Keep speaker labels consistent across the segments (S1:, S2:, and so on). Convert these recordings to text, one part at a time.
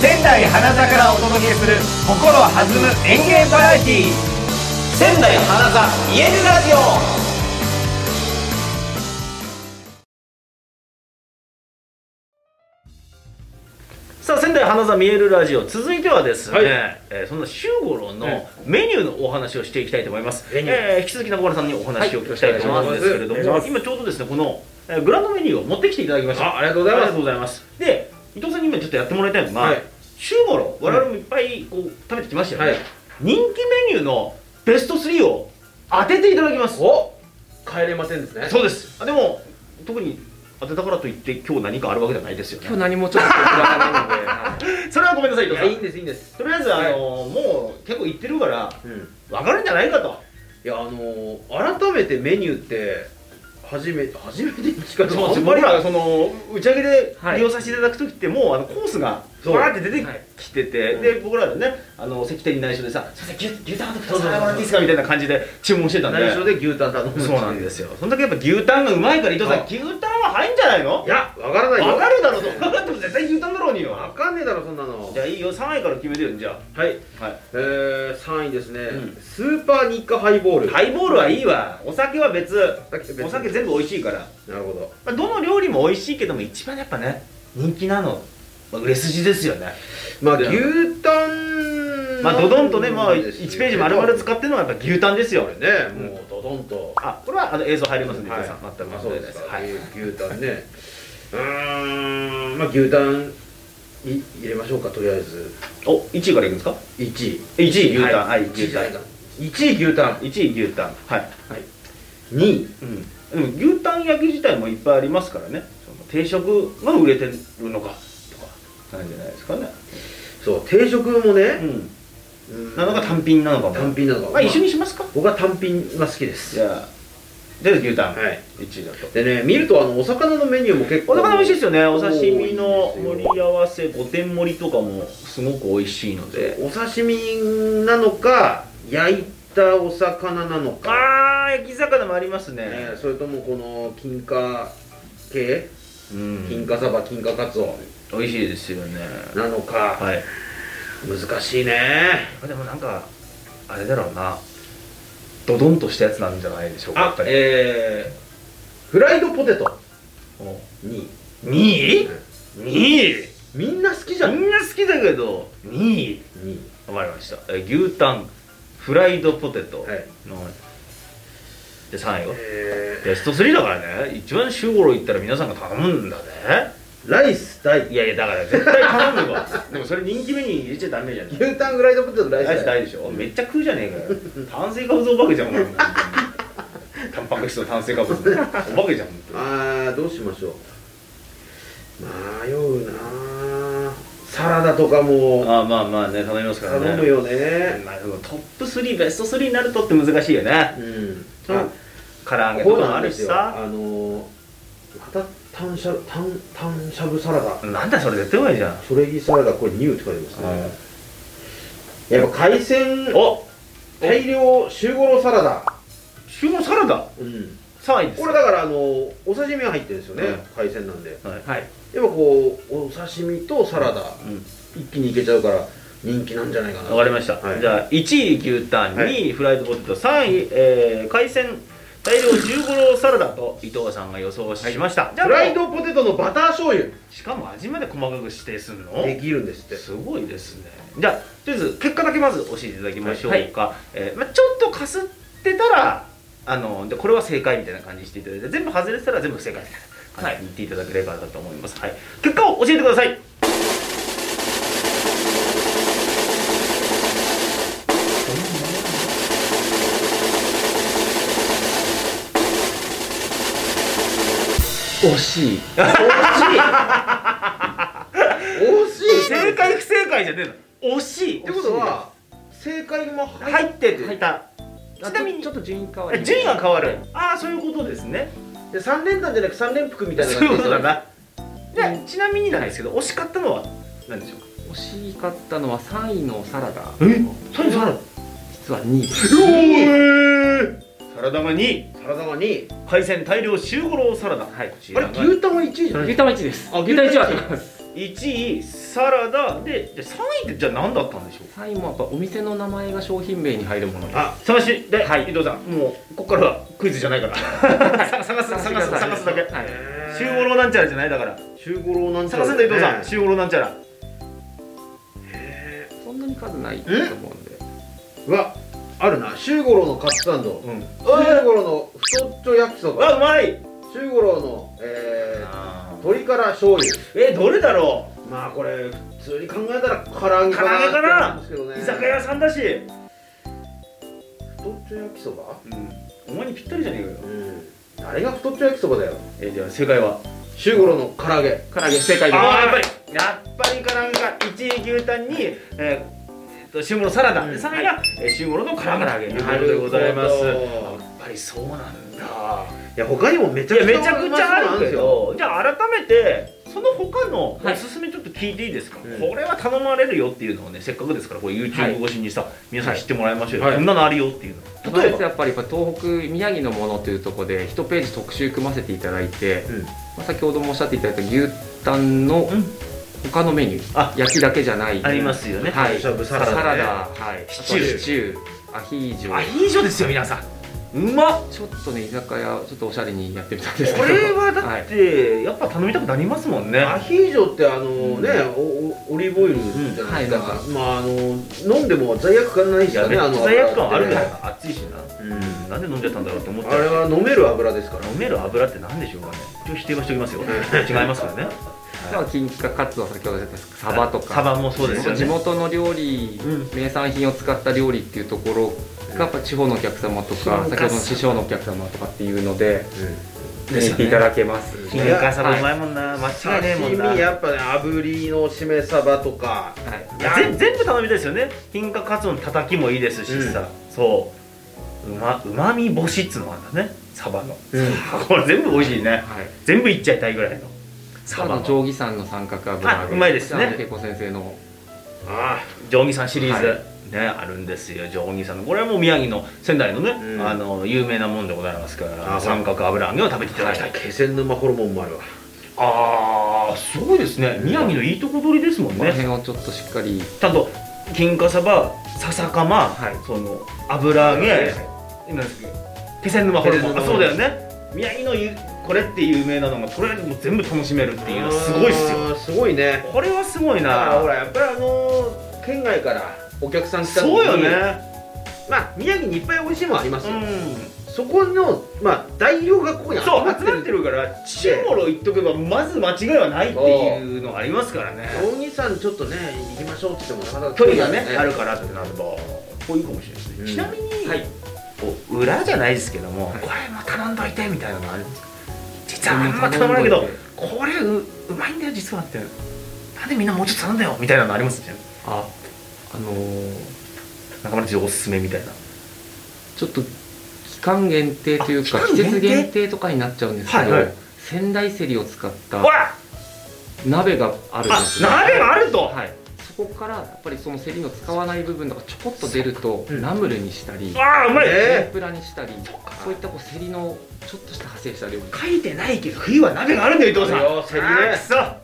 S1: 仙台花座からお届けする心弾む演芸バラエティー仙台花座イエルラジオ
S2: さあ仙台花座見えるラジオ続いてはですね、
S3: はい
S2: えーそんな周五郎のメニューのお話をしていきたいと思います、
S3: メニュー
S2: えー引き続き中村さんにお話をお聞きしたいと思うんですけれど
S3: はいお願いし
S2: も、今
S3: ます
S2: ちょうどですねこの、えーグランドメニューを持ってきていただきました
S3: あありがとうございます
S2: ありがとうございますで伊藤さんに今ちょっとやってもらいたいのが、
S3: はい
S2: 周五郎我々もいっぱいこう食べてきましたよね、
S3: はい
S2: 人気メニューのベスト3を当てていただきます
S3: お帰れませんですね
S2: そうですあでも特に当てたからといって今日何かあるわけじゃないですよ
S3: 今
S2: ね
S3: 日何もちょっと伺わないの で、
S2: それはごめんなさい伊藤
S3: い、や
S2: さん
S3: いいんですいいんです
S2: とりあえず、
S3: はい
S2: あのもう結構言ってるから
S3: うん
S2: 分かるんじゃないかと
S3: いやあのー、改めてメニューって初め初めて聞かれた
S2: 僕らその打ち上げで
S3: はい
S2: 利用させていただく時ってもうあのコースが
S3: そう
S2: バーって出て
S3: はい
S2: きてて、
S3: うん
S2: で僕らねあの関店に内緒でさ「すいません牛牛タンとくだ
S3: そうそう
S2: さい
S3: そ
S2: うもらっていいですか」みたいな感じで注文してたんで
S3: 内緒で牛タン頼むってい
S2: そうなんですよそんだけやっぱ牛タンがうまいから伊藤さん
S3: あ
S2: 牛タンは入んじゃないの
S3: いやわからないよ
S2: 分かるだろうと分かっても絶対牛タンだろうに
S3: わ
S2: よ
S3: かんねえだろそんなの
S2: じゃあいいよ3位から決めてよじゃ
S3: はい
S2: あはい
S3: えー、3位ですね、
S2: うん
S3: スーパー日課ハイボール
S2: ハイボールはいいわお酒は別
S3: 別
S2: お酒全部美味しいから
S3: なるほど
S2: まあ、どの料理も美味しいけども一番やっぱね人気なの、まあ、売れ筋ですよね、
S3: まあ
S2: で
S3: 牛タン
S2: まあ、ドドンとね、まあ、
S3: です
S2: 1ページ丸々使
S3: っ
S2: ってるのはやっぱ牛タンですよ
S3: てねもうドドンと
S2: あこれはあの映像入りますんで、皆さん全く
S3: あ
S2: 問
S3: そう
S2: 題
S3: で
S2: ないですす
S3: か、
S2: はい
S3: えー牛タンねうーんまあ牛タンい入れましょうかとりあえず
S2: お1位からいくんですか
S3: 1位
S2: 1位牛タン
S3: は
S2: はいい
S3: 1位
S2: 牛
S3: じ
S2: タ
S3: ゃ
S2: ン
S3: ないか1位牛タン
S2: 1位牛タンはい、
S3: 2位
S2: うん、でも牛タン焼き自体もいっぱいありますからねその定食が売れてるのかとかなんじゃないですかね
S3: そう定食も
S2: う
S3: ね、
S2: ん
S3: うん
S2: なのか単品なのかも
S3: 単品なのか
S2: まあ一緒にしますか
S3: 僕は単品が好きです
S2: じゃあじゃあ牛タン、
S3: はい
S2: 1位だと
S3: でね見るとあのお魚のメニューも結構
S2: お魚美味しいですよねお刺身
S3: 多
S2: の
S3: いんで
S2: 盛
S3: すよ
S2: り合わせ御殿盛りとかもすごく美味しいので
S3: お刺身なのか焼いたお魚なのか、
S2: あー焼き魚もありますね
S3: ね、それともこの金貨系
S2: うん
S3: 金貨サバ金貨カツオ
S2: 美味しいですよね
S3: なのか、
S2: はい
S3: 難しいね
S2: でもなんかあれだろうなドドンとしたやつなんじゃないでしょうかや
S3: あ
S2: っぱり
S3: えー、フライドポテトに
S2: 2位 ?2 位
S3: みんな好きじゃん
S2: みんな好きだけど2位
S3: に
S2: わかりましたえ牛タンフライドポテト
S3: はい
S2: ので3位は
S3: え
S2: ベスト3だからね一番週頃行ったら皆さんが頼むんだね
S3: ー、ライス対
S2: いやいやだから絶対頼むわでもそれ人気メニューに入れちゃダメじゃない
S3: 牛タンフライドポテトライ
S2: 大
S3: ス
S2: 事大
S3: 対
S2: 事でしょめっちゃ食うじゃねえかよ炭水化物お化けじゃ んお前タンパク質と炭水化物のお化けじゃん本当に
S3: あーどうしましょう迷うなーサラダとかも
S2: ああまあまあね頼みますからね
S3: 頼むよね
S2: まあ、でもトップ3ベスト3になるとって難しいよね
S3: うん
S2: あ
S3: あ
S2: 唐揚げと
S3: こう
S2: かも
S3: な
S2: あ
S3: んで
S2: る
S3: す
S2: し
S3: よ
S2: さ
S3: あのー、またタンシャタンタンしゃぶサラダ
S2: なんだそれ絶対うまいじゃん
S3: それぎサラダこれニューって書いてますねやっぱ海鮮
S2: お
S3: 大量週ごろサラダ
S2: 週のサラダ
S3: うん
S2: 3位です
S3: これだからあのお刺身が入ってるんですよね、
S2: うん
S3: 海鮮なんで
S2: はい、はい
S3: やっぱこうお刺身とサラダ、
S2: うん
S3: 一気にいけちゃうから人気なんじゃないかな
S2: わかりました、
S3: はい
S2: じゃあ1位牛タン2位、フライドポテト3位、えー海鮮大量十五郎サラダと伊藤さんが予想しました、じゃあ
S3: フライドポテトのバター醤油
S2: しかも味まで細かく指定するの
S3: できるんですって
S2: すごいですねじゃあとりあえず結果だけまず教えていただきましょう
S3: はい
S2: か、えーまあ、ちょっとかすってたらあのでこれは正解みたいな感じにしていただいて全部外れてたら全部不正解みたいな感じに言っていただければなと思います、はい、結果を教えてください
S3: 惜 しい惜しい惜しい
S2: 正解不正解じゃねえの惜しい
S3: ってことは正解も入
S2: 入ってていた、ち
S4: ち
S2: な
S4: な
S2: み
S4: み
S2: に
S4: にちょっと順位変わ
S2: え
S4: り
S2: 順位が変わるああそういうことですね
S3: で3連単じゃなく3連複みたいな
S2: そういうことだ
S3: な
S2: な でちなみになんですけど惜しかったのは何でしょうか
S4: 惜しかったのは3位のサラダ
S2: えサラダ
S4: 実は2位
S2: サラダが2位
S3: サラダが2位
S2: 海鮮大量週五郎サラダはいこち
S3: あ
S2: ら
S3: れ
S2: が
S3: 牛タンは1位じゃない
S4: 牛タンは1位です
S3: あ
S4: 牛タン1位は
S3: 牛タン
S4: 違います
S2: 1位サラダでで3位ってじゃあ何だったんでしょう
S4: 3位もやっぱお店の名前が商品名に入るものです
S2: あ探しで、
S4: は
S2: 伊藤さんもうここからはクイズじゃ ないからさ探す探す
S4: してください
S2: 探すだけ
S4: はい
S2: 集合郎なんちゃらじゃないだから
S3: 中五郎なんちゃ
S2: 探
S3: ら
S2: すんだ伊藤さん
S3: ね
S2: 集合郎なんちゃら
S4: そんなに数ないと思うんで
S3: うわあるな中五郎のカツサンド
S2: うん
S3: 中五郎の太っちょ焼きそうば
S2: わうまい
S3: 中五郎のえー鶏から醤油
S2: えどれだろ
S3: まあこれ普通に考えたら唐揚げかな
S2: 唐揚げかな
S3: って思うん
S2: う
S3: です
S2: 居
S3: けど
S2: 酒
S3: ね
S2: 屋さんだし、
S3: 太っちょ焼きそば
S2: うん、お前にぴったりじゃねえかよ
S3: うんあれが太っちょ焼きそばだよ
S2: えー、じゃあ正解は
S3: 中五郎の唐揚げ
S4: 唐揚げ正解です
S2: ああやっぱりやっぱりカランが1位牛タンにえーえーとシウモロサラダ、
S3: うん
S2: で3位が、えー、シウモロの唐揚げということでございますやっぱりそうなんだ
S3: いや他にもめち
S2: い
S3: ゃく
S2: や
S3: ちゃ
S2: めちゃくちゃあるけ
S3: う
S2: どじゃあ改めてその他の
S4: は
S2: お
S4: い
S2: すすめちょっと聞いていいですか、
S3: うん
S2: これは頼まれるよっていうのをねせっかくですからこれ YouTube 越しにさ、皆さん知ってもらいましょうよ、
S4: はい
S2: こんなのあるよっていうの例えば、
S4: やっぱりやっぱ東北宮城のものというところで一ページ特集組ませていただいて、
S3: うん
S4: まあ、先ほどもおっしゃっていただいた牛タンの
S2: うん
S4: 他のメニュー、
S2: あ
S4: 焼きだけじゃない
S2: ありますよね、
S4: はい
S3: しゃぶサ
S4: サ
S3: ラダ
S4: ラダ,、
S3: ね
S4: はい、
S2: シチュー
S4: あとシチューアヒージ
S2: ア
S4: ョ
S2: ヒージョですよ皆さんうまっ
S4: ちょっとね居酒屋ちょっとおしゃれにやってみたんですけ
S2: こ
S4: ど
S2: れはだ
S4: はい
S2: っ、てやっぱ頼みたくなりますもんね、
S3: アヒージョってあのね、おおオリーブオイルじゃないですか、
S4: う
S3: まああの飲んでも罪悪感ないで
S2: い
S3: す
S2: や
S3: よ
S2: め
S3: ね
S2: っち
S3: あ
S2: ゃ
S3: の
S2: 罪悪感あるじゃ
S3: ね
S2: ないですか熱いしな、うん、なんで飲んじゃったんだろうって思っち
S3: あ
S2: ゃ
S3: れ
S2: う
S3: は飲める油ですから
S2: 飲める油って何でしょうかね一応否定はしておきますよ 違いますからね
S4: まあ金ピカカツは先ほど言ったサバとか
S2: サバもそうですよ
S4: 地
S2: ね
S4: 元の料理、
S2: う
S4: 名産品を使った料理っていうところがやっぱ地方のお客様とか、
S2: そうか
S4: 先ほどの師匠のお客様とかっていうので
S2: で
S4: 見
S2: す
S4: て
S2: よね
S4: いただけます、
S2: 金華サバうまいもんな、間違いねえもんな
S3: 刺身やっぱね炙りのしめ鯖とか
S4: はい、
S2: ぜ全部頼みたいですよね金華カツオのたたきもいいですしさ、そううまうまみ干しっつうのがあるんだねサバの、 これ全部美味しいね
S4: はい、
S2: 全部いっちゃいたいぐらいのサ
S4: サ
S2: バ
S4: バの
S2: の
S4: 定規さんの三角油揚げ
S2: あうまいですね
S4: あの恵子先生の
S3: あ
S2: 定規さんシリーズ、
S4: は
S2: ねあるんですよ定規さんのこれはもう宮城の仙台のね、
S3: うん
S2: あの有名なもんでございますから
S3: あ
S2: 三角油揚げを食べていただきたい、
S3: 気仙沼ホルモンもあるわ
S2: ああすごいですね宮城のいいとこ取りですもん
S4: この
S2: ね
S4: 辺をちょっとしっかり
S2: ちゃんと金華サバ笹かま、
S4: はい
S2: その油揚げ、
S3: は
S2: なんですか気仙沼ホルモ
S3: 気仙
S2: ン
S3: 沼
S2: あそうだよね宮城のゆこれって有名なのがこれも全部楽しめるっていうの
S3: い
S2: はすごいっすよ
S3: あーすごいね
S2: これはすごい
S3: だからほ
S2: な
S3: らやっぱりあのー県外からお客さん来た時に
S2: そうよね
S3: まあ宮城にいっぱい美味しいもんあります
S2: う
S3: よ、
S2: ん
S3: そこのまあ大量がここに集
S2: そう
S3: ま
S2: 集
S3: って
S2: ま
S3: る
S2: ってるからチュモロ言っとけばまず間違いはないっていうのがありますからね
S3: お兄さんちょっとね行きましょうって言ってもなかなか
S2: 距離がねあ
S3: る
S2: るからってなればこういうかもしれないですね、
S3: うん
S2: ちなみに、
S4: はい
S2: こう裏じゃないですけども、
S4: はい
S2: これも頼んどいてみたいなのがあるんですか実はあんま頼まないけどこれううまいんだよ実はってなんでみんなもうちょっと頼んだよみたいなのありますじゃん
S4: ああのー
S2: 中村さんおすすめみたいな
S4: ちょっと期間限定というか
S2: あ
S4: 季
S2: 期間限定
S4: 節限定とかになっちゃうんですけど、
S2: はいはい
S4: 仙台セリを使った
S2: ほら
S4: 鍋があるん
S2: あ
S4: ですよ
S2: 鍋があると、
S4: はい、そこからやっぱりそのセリの使わない部分とかちょこっと出るとナムルにしたり
S2: ああうまい、
S3: え
S4: 天ぷらにしたりそういったこうセリのちょっとした派生した料理
S2: 書いてないけど冬は鍋があるんだよ伊藤さん
S3: あるよセリね
S2: あー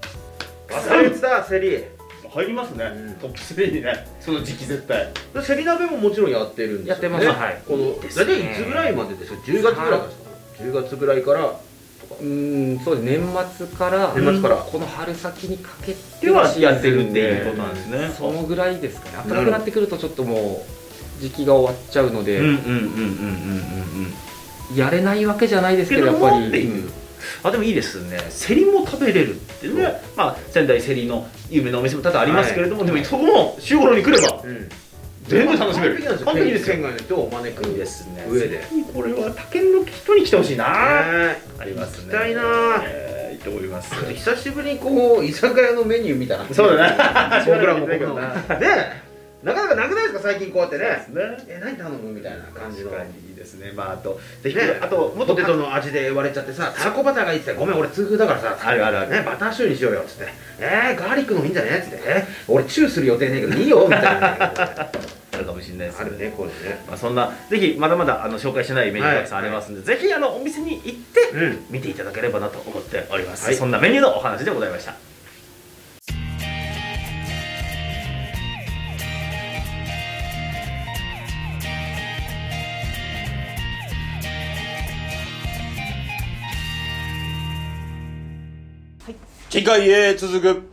S2: く
S3: 忘れてたセリ
S2: そ入りますね、
S3: うん
S2: トップ3にねその時期絶対
S3: でセリ鍋ももちろんやってるんですよ、ね、
S4: やってます
S2: はい
S3: この
S2: いいですね
S3: 大体いつぐらいまでですか10月ぐらいからですか10月ぐらいから
S4: うーんそうです年末から
S3: 年末から
S4: この春先にかけて
S2: ではやってるっていう
S4: こ
S2: ことなんですね、
S4: そのぐらいですかね
S3: る
S4: 暖かくなってくるとちょっともう時期が終わっちゃうので、
S2: うんうんうんうんうんうんうん
S4: やれないわけじゃないですけどやっぱり
S2: けどもっていう
S4: うん
S2: あでもいいですねセリも食べれるってねまあ仙台セリの有名なお店も多々ありますけれども、でもそこも週頃に来れば
S3: うん
S2: 全部楽しめる
S3: 完
S2: 完
S3: 璧
S2: 璧
S3: で
S2: ですす
S3: よ県外の人をお招く
S2: いいですね
S3: 上で
S2: これは他県の人に来てほしいな、
S3: ね
S2: ありますね
S3: 行きたいな
S2: えーいいと思います
S3: ちょっと久しぶりにこう居酒屋のメニューみたいな
S2: そう だね
S3: 僕らも僕らも
S2: な
S3: ねなかなかなくないですか最近こうやってね
S2: ね
S3: え何頼むみたいな感じ
S2: 確
S3: の
S2: か
S3: ね
S2: にいいですねまああとぜひ、あともっと
S3: ポテトの味で割れちゃってさたらこバターがいいっつってごめん俺痛風だからさ
S2: あるあるある
S3: ね、バターシューにしようよっつってえー、ガーリックのもいいんじゃねっつってえー俺チューする予定ねえけどいいよみたいな
S2: あるかもしれないです
S3: あるねこういうね
S2: まあ、そんなぜひまだまだあの紹介してないメニューがたくさんありますんで、ぜひあのお店に行って
S3: うん
S2: 見ていただければなと思っております、
S3: はい
S2: そんなメニューのお話でございました
S3: 次回へ続く